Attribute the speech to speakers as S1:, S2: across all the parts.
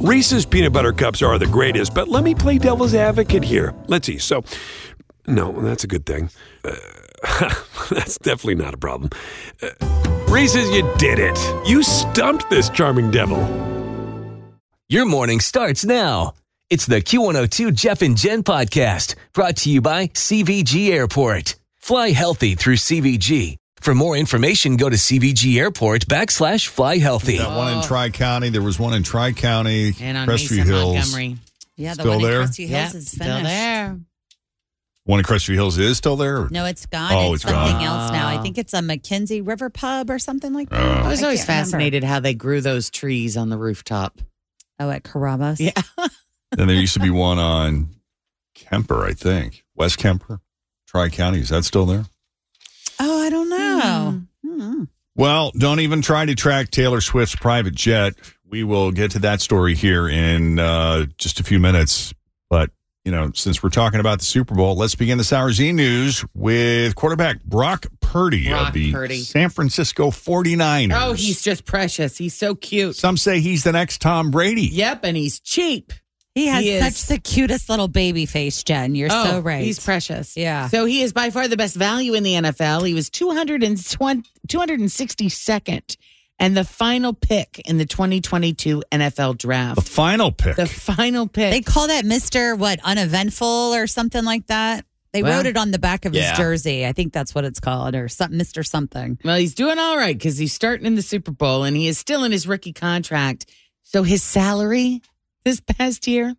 S1: Reese's peanut butter cups are the greatest, but let me play devil's advocate here. Let's see. So, no, that's a good thing. Uh, that's definitely not a problem. Uh, Reese's, you did it. You stumped this charming devil.
S2: Your morning starts now. It's the Q102 Jeff and Jen podcast brought to you by CVG Airport. Fly healthy through CVG. For more information, go to CVG Airport backslash fly healthy.
S3: That one in Tri County. There was one in Tri County,
S4: Oh. and on
S3: Crestview
S4: Mesa
S3: Hills.
S4: Montgomery.
S5: Yeah, the
S3: Still
S5: one
S3: there?
S5: in Crestview Hills
S4: Yep,
S5: is finished.
S4: still there.
S3: One in Crestview Hills is still there.
S5: No, it's gone.
S3: Oh,
S5: it's
S3: it's
S5: something
S3: gone.
S5: else now. I think it's a McKenzie River Pub or something like that.
S3: Oh.
S4: Ah. I was always
S5: can't remember.
S4: fascinated how they grew those trees on the rooftop.
S5: Oh, at Carrabba's.
S4: Yeah.
S3: And there used to be one on Kemper, I think. West Kemper, Tri County. Is that still there?
S5: Oh, I don't know. Hmm.
S3: Well, don't even try to track Taylor Swift's private jet. We will get to that story here in uh, just a few minutes. But, you know, since we're talking about the Super Bowl, let's begin this hour's E News with quarterback Brock Purdy of
S4: Brock
S3: the
S4: Purdy.
S3: San Francisco 49ers.
S4: Oh, he's just precious. He's so cute.
S3: Some say he's the next Tom Brady.
S4: Yep, and he's cheap.
S5: He has
S4: He is-
S5: such the cutest little baby face, Jen. You're
S4: oh,
S5: so right.
S4: He's precious.
S5: Yeah.
S4: So he is by far the best value in the NFL. He was 220, 262nd and the final pick in the 2022 NFL
S3: The
S4: draft.
S3: final pick.
S4: The final pick.
S5: they call that Mr. What, uneventful or something like that. They
S4: Well,
S5: wrote it on the back of
S3: yeah.
S5: his jersey. I think that's what it's called, or something, Mr. Something.
S4: Well, he's doing all right because he's starting in the Super Bowl and he is still in his rookie contract. So his salary this past year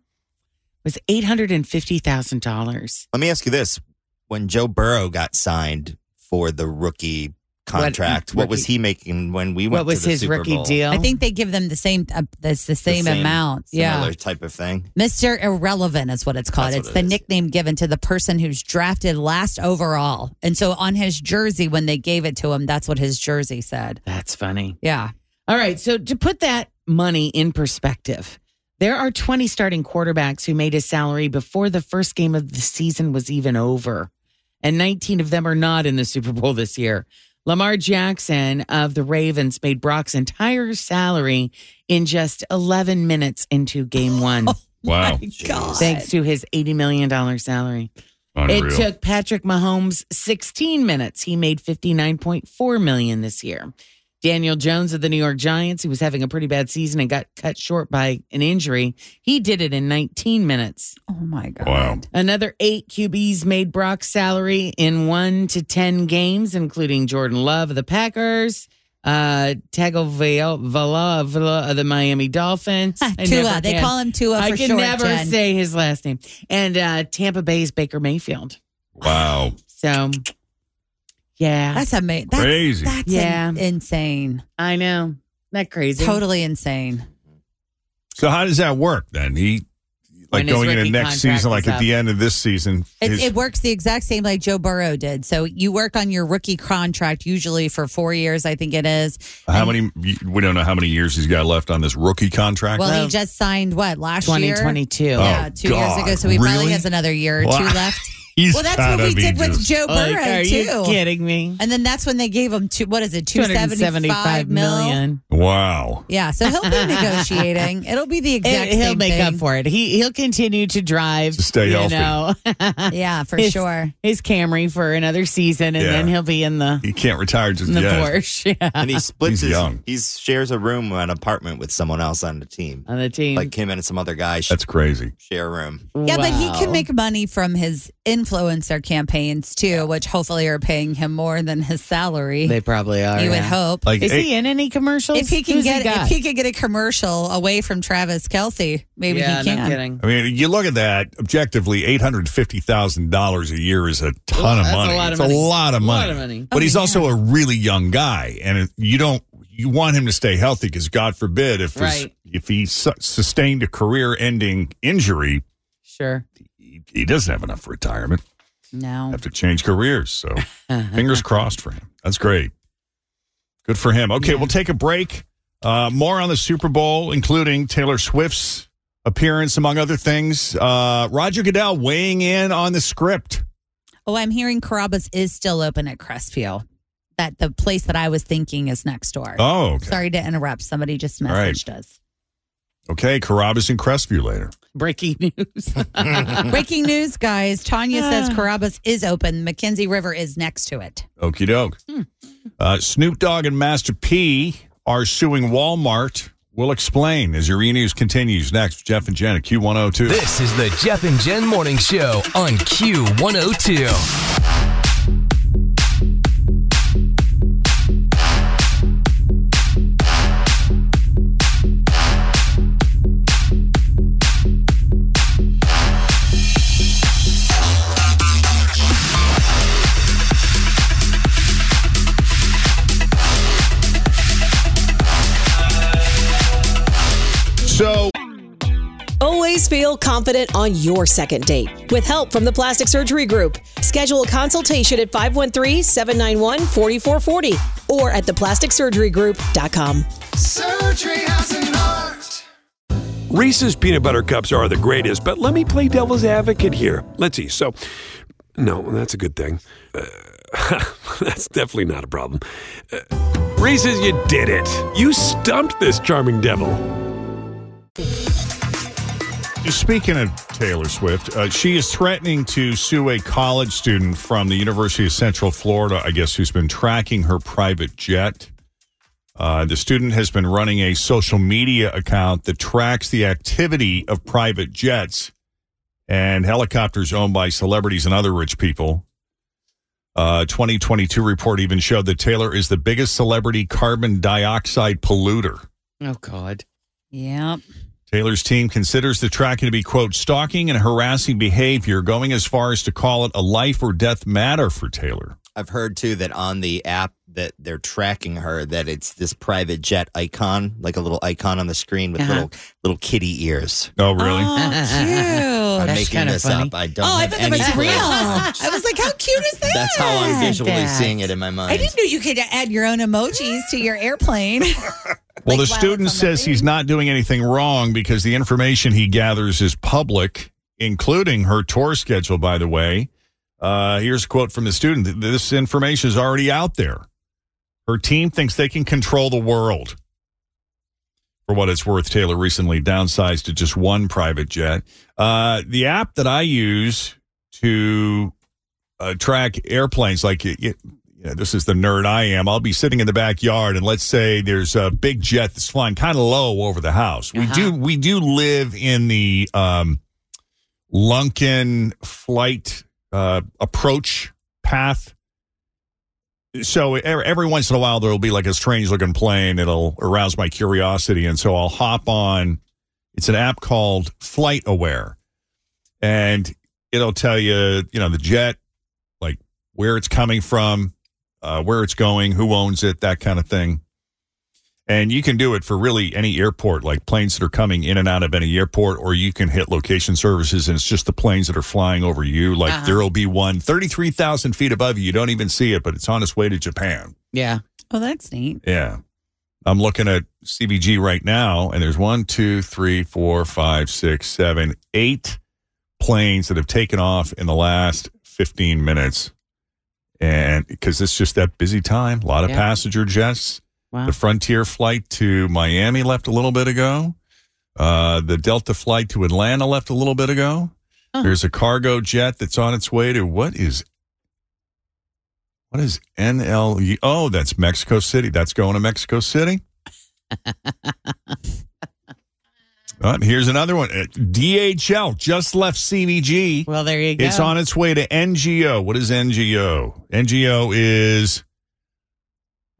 S4: was eight hundred and fifty thousand dollars.
S6: Let me ask you this: When Joe Burrow got signed for the rookie contract, what, was
S4: rookie-
S6: he making when we
S4: What
S6: went?
S4: was
S6: to the
S4: his
S6: Super
S4: rookie
S6: Bowl?
S4: deal?
S5: I think they give them the same. Uh, that's the
S6: The
S5: same, amount. Yeah.
S6: similar type of thing.
S5: Mr. Irrelevant is what it's called.
S6: That's
S5: it's
S6: what
S5: the
S6: it is.
S5: nickname given to the person who's drafted last overall. And so on his jersey, when they gave it to him, that's what his jersey said.
S4: that's funny.
S5: Yeah.
S4: All right. So to put that money in perspective, there are 20 starting quarterbacks who made a salary before the first game of the season was even over. And 19 of them are not in the Super Bowl this year. Lamar Jackson of the Ravens made Brock's entire salary in just 11 minutes into game one,
S6: Oh,
S3: wow.
S5: My God.
S4: thanks to his $80 million salary. It took Patrick Mahomes 16 minutes. He made 59.4 million this year. Daniel Jones of the New York Giants, who was having a pretty bad season and got cut short by an injury, he did it in 19 minutes.
S5: Oh my God.
S3: Wow.
S4: Another eight QBs made Brock's salary in one to 10 games, including Jordan Love of the Packers, uh, Tagovailoa of the Miami Dolphins. I
S5: Tua.
S4: never
S5: They
S4: can-
S5: call him Tua
S4: I
S5: for
S4: can
S5: short.
S4: never
S5: Jen.
S4: say his last name. And uh, Tampa Bay's Baker Mayfield.
S3: Wow.
S4: So, yeah,
S5: That's amazing. That's,
S3: Crazy.
S5: That's in-
S4: Yeah.
S5: insane.
S4: I know. Isn't that crazy?
S5: Totally insane.
S3: So how does that work then? He like
S4: When his
S3: going into
S4: rookie
S3: next
S4: contract
S3: season, like
S4: is
S3: at
S4: up.
S3: the end of this season.
S5: It,
S3: his-
S5: it works the exact same like Joe Burrow did. So you work on your rookie contract usually for four years, I think it is.
S3: how many? We don't know how many years he's got left on this rookie contract.
S5: Well,
S4: Well,
S5: he just signed what last year?
S4: 2022.
S5: Yeah,
S3: Oh,
S5: two
S3: God.
S5: years ago. So he
S3: Really?
S5: probably has another year or
S3: Wow.
S5: two left.
S3: He's
S5: well, that's what
S3: gotta
S5: we
S3: be
S5: did with
S3: just-
S5: Joe Burrow
S4: Like, are
S5: too.
S4: you kidding me?
S5: And then that's when they gave him two. What is it? Two seventy-five
S4: 275
S5: million.
S4: million.
S3: Wow.
S5: Yeah, so he'll be negotiating. It'll be the exact
S4: It- he'll
S5: same
S4: make
S5: thing.
S4: up for it. He he'll continue to drive
S3: To stay
S4: you
S3: healthy.
S4: know,
S5: Yeah, for
S4: It's-
S5: sure.
S4: his Camry for another season, and
S3: Yeah.
S4: then he'll be in the
S3: He can't retire just
S4: in the
S3: yet.
S4: Porsche yeah,
S6: And he splits
S3: He's
S6: his.
S3: young.
S6: He shares a room, an apartment with someone else on the team,
S4: on the team.
S6: like him and some other guy sh-
S3: That's crazy.
S6: share a room.
S5: Yeah, but he can
S4: Wow.
S5: make money from his influencer campaigns too, which hopefully are paying him more than his salary.
S4: They probably are.
S5: you would
S4: yeah.
S5: hope.
S3: Like
S4: Is
S3: hey,
S4: he in any commercials?
S5: if he can
S4: Who's
S5: get
S4: got?
S5: if he could get a commercial away from Travis Kelsey, maybe
S4: yeah,
S5: he can.
S4: No kidding.
S3: I mean, you look at that objectively. Eight hundred fifty thousand dollars a year is a ton of
S4: That's a
S3: money.
S4: lot
S3: it's
S4: of money.
S3: a lot of
S4: A
S3: money.
S4: lot of money.
S3: But
S5: Oh,
S3: he's
S5: yeah.
S3: also a really young guy, and it, you don't you want him to stay healthy because God forbid if his-
S4: Right.
S3: if he su- sustained a career-ending injury,
S4: Sure.
S3: he, he doesn't have enough retirement.
S5: No.
S3: Have to change careers. So fingers crossed for him. That's great. Good for him. Okay, we'll take a break. Uh, more on the Super Bowl, including Taylor Swift's appearance, among other things. Uh, Roger Goodell weighing in on the script.
S5: Oh, I'm hearing Carrabba's is still open at Crestview. That the place that I was thinking is next door.
S3: Oh, okay.
S5: Sorry to interrupt. Somebody just
S3: All right.
S5: messaged us.
S3: Okay, Carabas and Crestview later.
S4: Breaking news.
S5: Breaking news, guys. Tanya
S3: Ah.
S5: says Carabas is open. Mackenzie River is next to it.
S3: Okie doke. Uh, Snoop Dogg and Master P are suing Walmart. We'll explain as your e news continues next. Jeff and Jen at Q102.
S2: This is the Jeff and Jen Morning Show on Q102.
S3: So,
S7: Always feel confident on your second date. With help from the Plastic Surgery Group, schedule a consultation at 513 791 4440 or at theplasticsurgerygroup.com.
S1: Reese's peanut butter cups are the greatest, but let me play devil's advocate here. Let's see. So, no, that's a good thing. Uh, that's definitely not a problem. Uh, Reese's, you did it. You stumped this charming devil.
S3: speaking of Taylor Swift, uh, she is threatening to sue a college student from the University of Central Florida, I guess, who's been tracking her private jet. Uh, the student has been running a social media account that tracks the activity of private jets and helicopters owned by celebrities and other rich people. Uh, 2022 report even showed that Taylor is the biggest celebrity carbon dioxide polluter.
S4: oh, God.
S5: Yep.
S3: Taylor's team considers the tracking to be, quote, stalking and harassing behavior, going as far as to call it a life or death matter for Taylor.
S6: I've heard too that on the app that they're tracking her, that it's this private jet icon, like a little icon on the screen with
S4: Uh-huh.
S6: little little kitty ears.
S3: Oh, really?
S5: Oh,
S6: I'm
S5: cute.
S4: that's
S6: making
S4: kinda
S6: this
S4: funny.
S6: up. I don't.
S5: Oh, I
S6: have
S5: thought that was
S6: any clue.
S5: real. I was like, how cute is that?
S6: That's how I'm visually
S4: that.
S6: seeing it in my mind.
S5: I didn't know you could add your own emojis to your airplane.
S3: Well, the
S5: Like, wow,
S3: student
S5: it's on the
S3: says he's not doing anything wrong because the information he gathers is public, including her tour schedule, by the way. Uh, here's a quote from the student Th- This information is already out there. Her team thinks they can control the world. For what it's worth, Taylor recently downsized to just one private jet. Uh, the app that I use to uh, track airplanes. Like, y y- you know, this is the nerd I am. I'll be sitting in the backyard, and let's say there's a big jet that's flying kind of low over the house. We do we do live in the um, Lunkin flight uh, approach path. So e- every once in a while, there will be like a strange looking plane. It'll arouse my curiosity, and so I'll hop on. It's an app called Flight Aware, and it'll tell you, you know, the jet like where it's coming from, uh, where it's going, who owns it, that kind of thing. And you can do it for really any airport, like planes that are coming in and out of any airport, or you can hit location services and it's just the planes that are flying over you. Like
S4: Uh-huh.
S3: there'll be one 33,000 feet above you. You don't even see it, but it's on its way to Japan.
S4: Yeah.
S5: oh, that's neat.
S3: Yeah. I'm looking at CBG right now, and there's one, two, three, four, five, six, seven, eight planes that have taken off in the last 15 minutes. And because it's just that busy time, a lot of
S4: Yeah.
S3: passenger jets.
S4: Wow.
S3: The Frontier flight to Miami left a little bit ago. Uh, the Delta flight to Atlanta left a little bit ago.
S4: Huh.
S3: There's a cargo jet that's on its way to what is what is NLE? Oh, that's Mexico City. That's going to Mexico City. Uh, here's another one. Uh, DHL just left CVG.
S4: Well, there you go.
S3: It's on its way to NGO. What is NGO? NGO is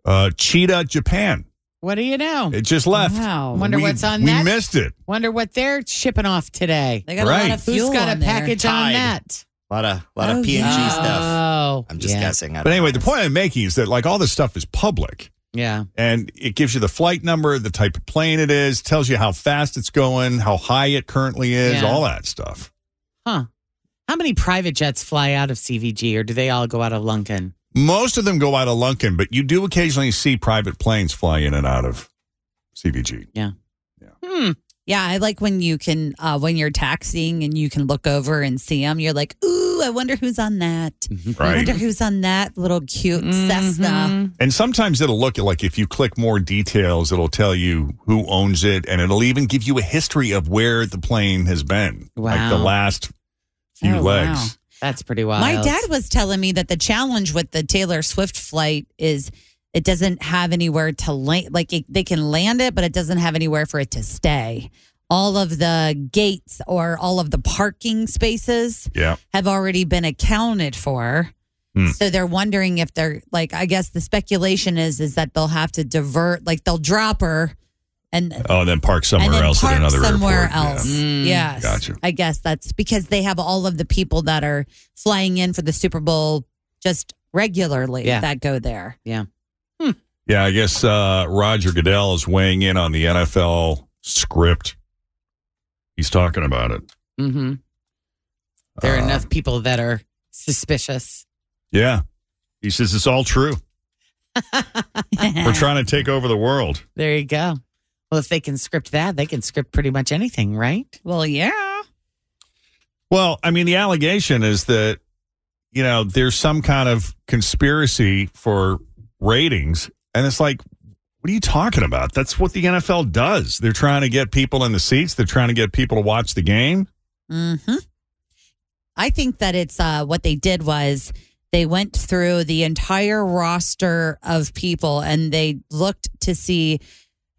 S3: uh, Cheetah Japan.
S4: What do you know?
S3: It just left.
S5: Wow.
S4: Wonder
S3: we,
S4: what's on
S3: We
S4: that?
S3: missed it.
S4: Wonder what they're shipping off today.
S5: They got a
S3: Right.
S5: lot of fuel
S4: Who's got a
S5: on there.
S4: package on
S6: Tide.
S4: that?
S6: A lot of lot
S5: Oh,
S6: of PNG
S5: yeah.
S6: stuff.
S4: Oh,
S6: I'm just
S4: yeah.
S6: guessing. I
S3: But
S6: don't
S3: anyway,
S6: know.
S3: the point I'm making is that like all this stuff is public,
S4: Yeah.
S3: and it gives you the flight number, the type of plane it is, tells you how fast it's going, how high it currently is,
S4: Yeah.
S3: all that stuff.
S4: Huh. How many private jets fly out of CVG, or do they all go out of Lunkin?
S3: Most of them go out of Lunkin, but you do occasionally see private planes fly in and out of CVG.
S4: Hmm.
S5: Yeah, I like when you can uh, when you're taxiing and you can look over and see them. You're like, ooh, ooh, I wonder who's on that. I
S3: Right. Mm-hmm.
S5: wonder who's on that little cute
S4: Mm-hmm.
S5: Cessna.
S3: And sometimes it'll look at like if you click more details, it'll tell you who owns it, and it'll even give you a history of where the plane has been, like the
S4: Wow.
S3: last few
S5: Oh,
S3: legs.
S5: wow.
S4: That's pretty wild.
S5: My dad was telling me that the challenge with the Taylor Swift flight is it doesn't have anywhere to land. Like it, they can land it, but it doesn't have anywhere for it to stay. All of the gates or all of the parking spaces
S3: Yeah,
S5: have already been accounted for.
S3: Hmm.
S5: So they're wondering if they're like I guess the speculation is is that they'll have to divert like they'll drop her and
S3: Oh, and then park somewhere
S5: and then
S3: else
S5: park
S3: at another
S5: somewhere
S3: airport. Yeah.
S5: else.
S4: Mm.
S5: Yes,
S3: Gotcha.
S5: I guess that's because they have all of the people that are flying in for the Super Bowl just regularly
S4: Yeah.
S5: that go there.
S3: Yeah, I guess uh, Roger Goodell is weighing in on the NFL script. He's talking about it.
S4: hmm There are
S3: Uh,
S4: enough people that are suspicious.
S3: Yeah. He says it's all true. We're trying to take over the world.
S4: There you go. Well, if they can script that, they can script pretty much anything, right?
S5: well, yeah.
S3: Well, I mean, the allegation is that, you know, there's some kind of conspiracy for ratings. And it's like, what are you talking about? That's what the NFL does. They're trying to get people in the seats, they're trying to get people to watch the game.
S5: hmm I think that it's uh, what they did was they went through the entire roster of people and they looked to see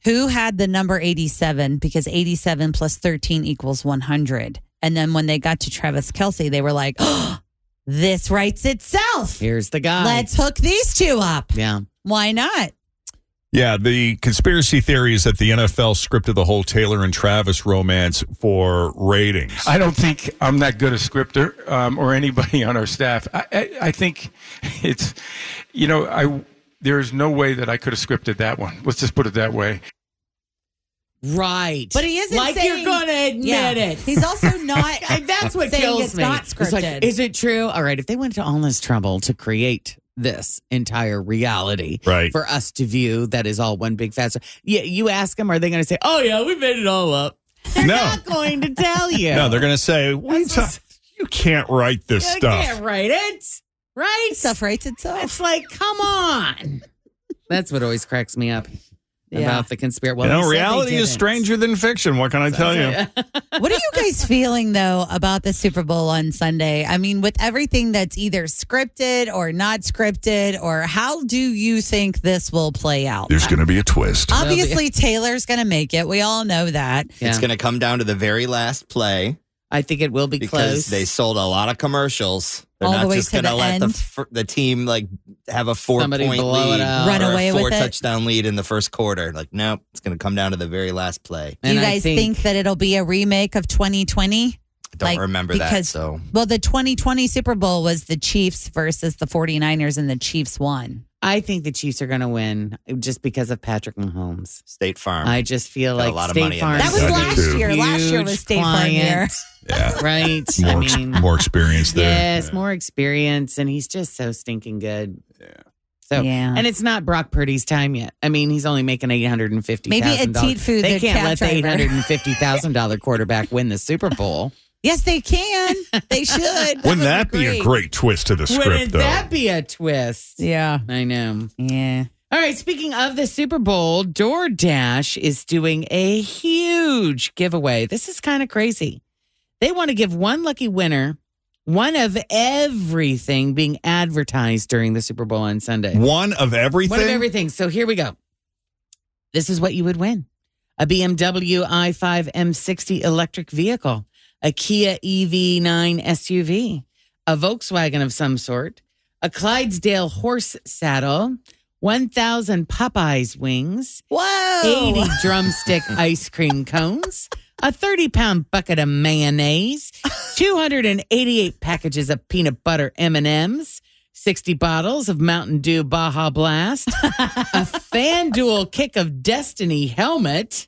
S5: who had the number 87 because 87 plus 13 equals 100. And then when they got to Travis Kelsey, they were like, oh, this writes itself.
S4: Here's the guy.
S5: Let's hook these two up.
S4: yeah.
S5: Why not?
S3: Yeah, the conspiracy theory is that the NFL scripted the whole Taylor and Travis romance for ratings.
S8: I don't think I'm that good a scripter um, or anybody on our staff. I, I, I think it's, you know, I there is no way that I could have scripted that one. Let's just put it that way.
S4: Right.
S5: But he isn't
S4: like
S5: saying,
S4: you're gonna admit
S5: Yeah.
S4: it.
S5: He's also not.
S4: I- that's what
S5: saying
S4: kills
S5: it's
S4: me.
S5: Not scripted.
S4: It's like, is it true? All right, if they went to all this trouble to create this entire reality
S3: Right.
S4: for us to view, that is all one big fast. Yeah, you ask them, are they going to say, "Oh yeah, we made it all up"? They're
S3: No.
S4: not going to tell you.
S3: No, they're going to say, what are you, ta- you can't write this
S4: You
S3: stuff.
S4: can't write it, right?
S5: Stuff writes itself.
S4: It's like, come on. That's what always cracks me up
S5: Yeah.
S4: about the conspiracy. Well,
S3: you
S4: they
S3: know,
S4: said they
S3: reality is
S4: didn't.
S3: stranger than fiction. What can I tell you?
S5: What are you guys feeling though about the Super Bowl on Sunday? I mean, with everything that's either scripted or not scripted, or how do you think this will play out?
S3: There's going to be a twist.
S5: Obviously, Taylor's going to make it. We all know that.
S4: Yeah.
S6: It's going to come down to the very last play
S4: I think it will be
S6: because
S4: close.
S6: they sold a lot of commercials. They're
S5: All the
S6: not
S5: way
S6: just
S5: to
S6: going to
S5: the
S6: let
S5: end.
S6: the, fir- the team like have a four
S4: Somebody
S6: point
S4: blow it
S6: lead,
S4: out.
S6: or
S5: Run
S6: a
S5: away with
S6: four
S5: it.
S6: touchdown lead in the first quarter. Like, nope, it's going to come down to the very last play.
S5: Do
S4: And
S5: you
S4: I
S5: guys think, that it'll be a remake of 2020?
S6: I don't
S5: Like,
S6: remember that.
S5: because-
S6: So
S5: Well, the 2020 Super Bowl was the Chiefs versus the 49ers, and the Chiefs won.
S4: I think the Chiefs are going to win uh, just because of Patrick Mahomes.
S6: State Farm.
S4: I just feel
S6: Got a
S4: like
S6: lot of
S4: State
S6: money in
S4: Farm.
S6: that.
S5: That was
S3: I do
S5: last
S3: too.
S5: year. Last year was
S4: Huge
S5: State Farm year.
S4: client,
S3: Yeah.
S4: Right.
S3: More,
S4: I
S3: ex-
S4: mean,
S3: more experience there.
S4: yes, more experience, and he's just so stinking good. Yeah. So,
S5: Yeah.
S4: and it's not Brock Purdy's time yet. I mean, he's only making eight hundred and fifty.
S5: Maybe a teat food
S4: They
S5: the
S4: can't
S5: cab
S4: let the eight
S5: driver.
S4: hundred and fifty thousand dollar quarterback win the Super Bowl.
S5: Yes, they can. They should. That
S3: Wouldn't that be a great twist to the script,
S4: Wouldn't
S3: though?
S4: that be a twist?
S5: Yeah.
S4: I know.
S5: Yeah.
S4: All right, speaking of the Super Bowl, DoorDash is doing a huge giveaway. This is kind of crazy. They want to give one lucky winner one of everything being advertised during the Super Bowl on Sunday.
S3: One of everything?
S4: One of everything. So here we go. This is what you would win a BMW i5 M60 electric vehicle, a Kia E EV9 SUV, a Volkswagen of some sort, a Clydesdale horse saddle, 1,000 Popeyes wings,
S5: Whoa.
S4: 80 drumstick ice cream cones, a 30 pound bucket of mayonnaise, 288 packages of peanut butter M&Ms, 60 bottles of Mountain Dew Baja Blast, a FanDuel Kick of Destiny helmet.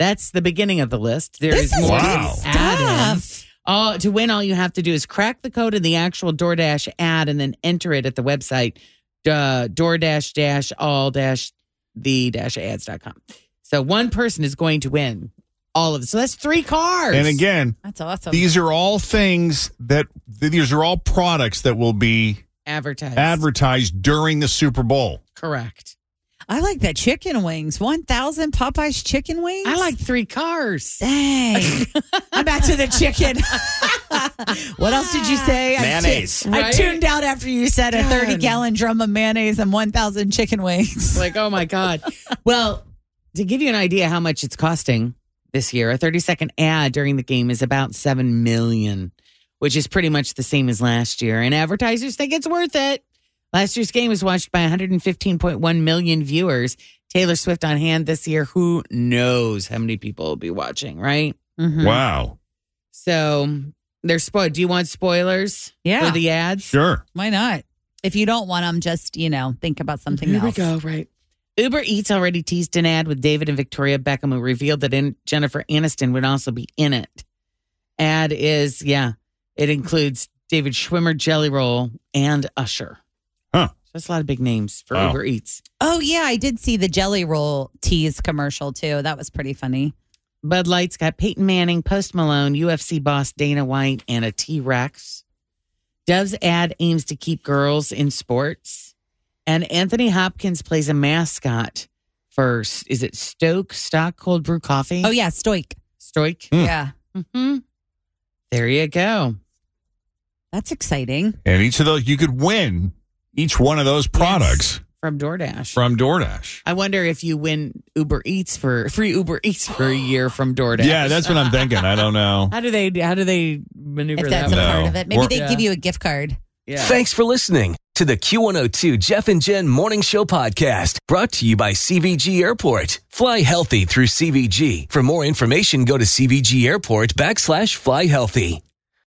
S4: That's the beginning of the list. There
S5: This
S4: is
S5: is
S4: more
S3: Wow.
S5: good
S4: add-ins.
S5: stuff.
S4: All to win, all you have to do is crack the code in the actual DoorDash ad and then enter it at the website uh, DoorDash dash all dash the dash ads.com. So one person is going to win all of it. So that's three cars.
S3: And again,
S5: That's awesome.
S3: these are all things that these are all products that will be
S4: advertised.
S3: advertised during the Super Bowl.
S4: Correct.
S5: I like that chicken wings. 1,000 Popeyes chicken wings?
S4: I like three cars.
S5: Dang. I'm back to the chicken. what else did you say? I tu-
S6: Mayonnaise.
S5: I
S4: Right?
S5: tuned out after you said a
S4: God.
S5: 30 gallon drum of mayonnaise and 1,000 chicken wings.
S4: Like, oh my God. well, to give you an idea how much it's costing this year, a 30 second ad during the game is about 7 million, which is pretty much the same as last year. And advertisers think it's worth it. Last year's game was watched by 115.1 million viewers. Taylor Swift on hand this year. Who knows how many people will be watching, right?
S5: Hmm.
S3: Wow.
S4: So they're spoiled. Do you want spoilers
S5: Yeah.
S4: for the ads?
S3: Sure.
S5: Why not? If you don't want them, just, you know, think about something
S4: Here
S5: else.
S4: we go. Right. Uber Eats already teased an ad with David and Victoria Beckham, who revealed that in- Jennifer Aniston would also be in it. Ad is yeah, it includes David Schwimmer, Jelly Roll, and Usher.
S3: Huh.
S4: So that's a lot of big names for
S3: Wow.
S4: Uber Eats.
S5: Oh, yeah. I did see the Jelly Roll tease commercial too. That was pretty funny.
S4: Bud Light's got Peyton Manning, Post Malone, UFC boss Dana White, and a T Rex. Dove's ad aims to keep girls in sports. And Anthony Hopkins plays a mascot for, is it Stoke, Stock Cold Brew Coffee?
S5: Oh, yeah. Stoik.
S4: Stoik.
S3: Hmm.
S5: Yeah.
S4: hmm There you go.
S5: That's exciting.
S3: And each of those, you could win each one of those products
S4: From DoorDash.
S3: from DoorDash.
S4: I wonder if you win Uber Eats for free Uber Eats for a year from DoorDash.
S3: Yeah, that's what I'm thinking. I don't know.
S4: How do they how do they maneuver
S5: If
S4: that?
S5: that's a
S4: one?
S3: No.
S5: part of it, maybe
S3: We're-
S5: they
S4: Yeah.
S5: give you a gift card.
S4: Yeah.
S2: Thanks for listening to the Q102 Jeff and Jen Morning Show podcast brought to you by CVG Airport. Fly healthy through CVG. For more information, go to CVG Airport backslash fly healthy.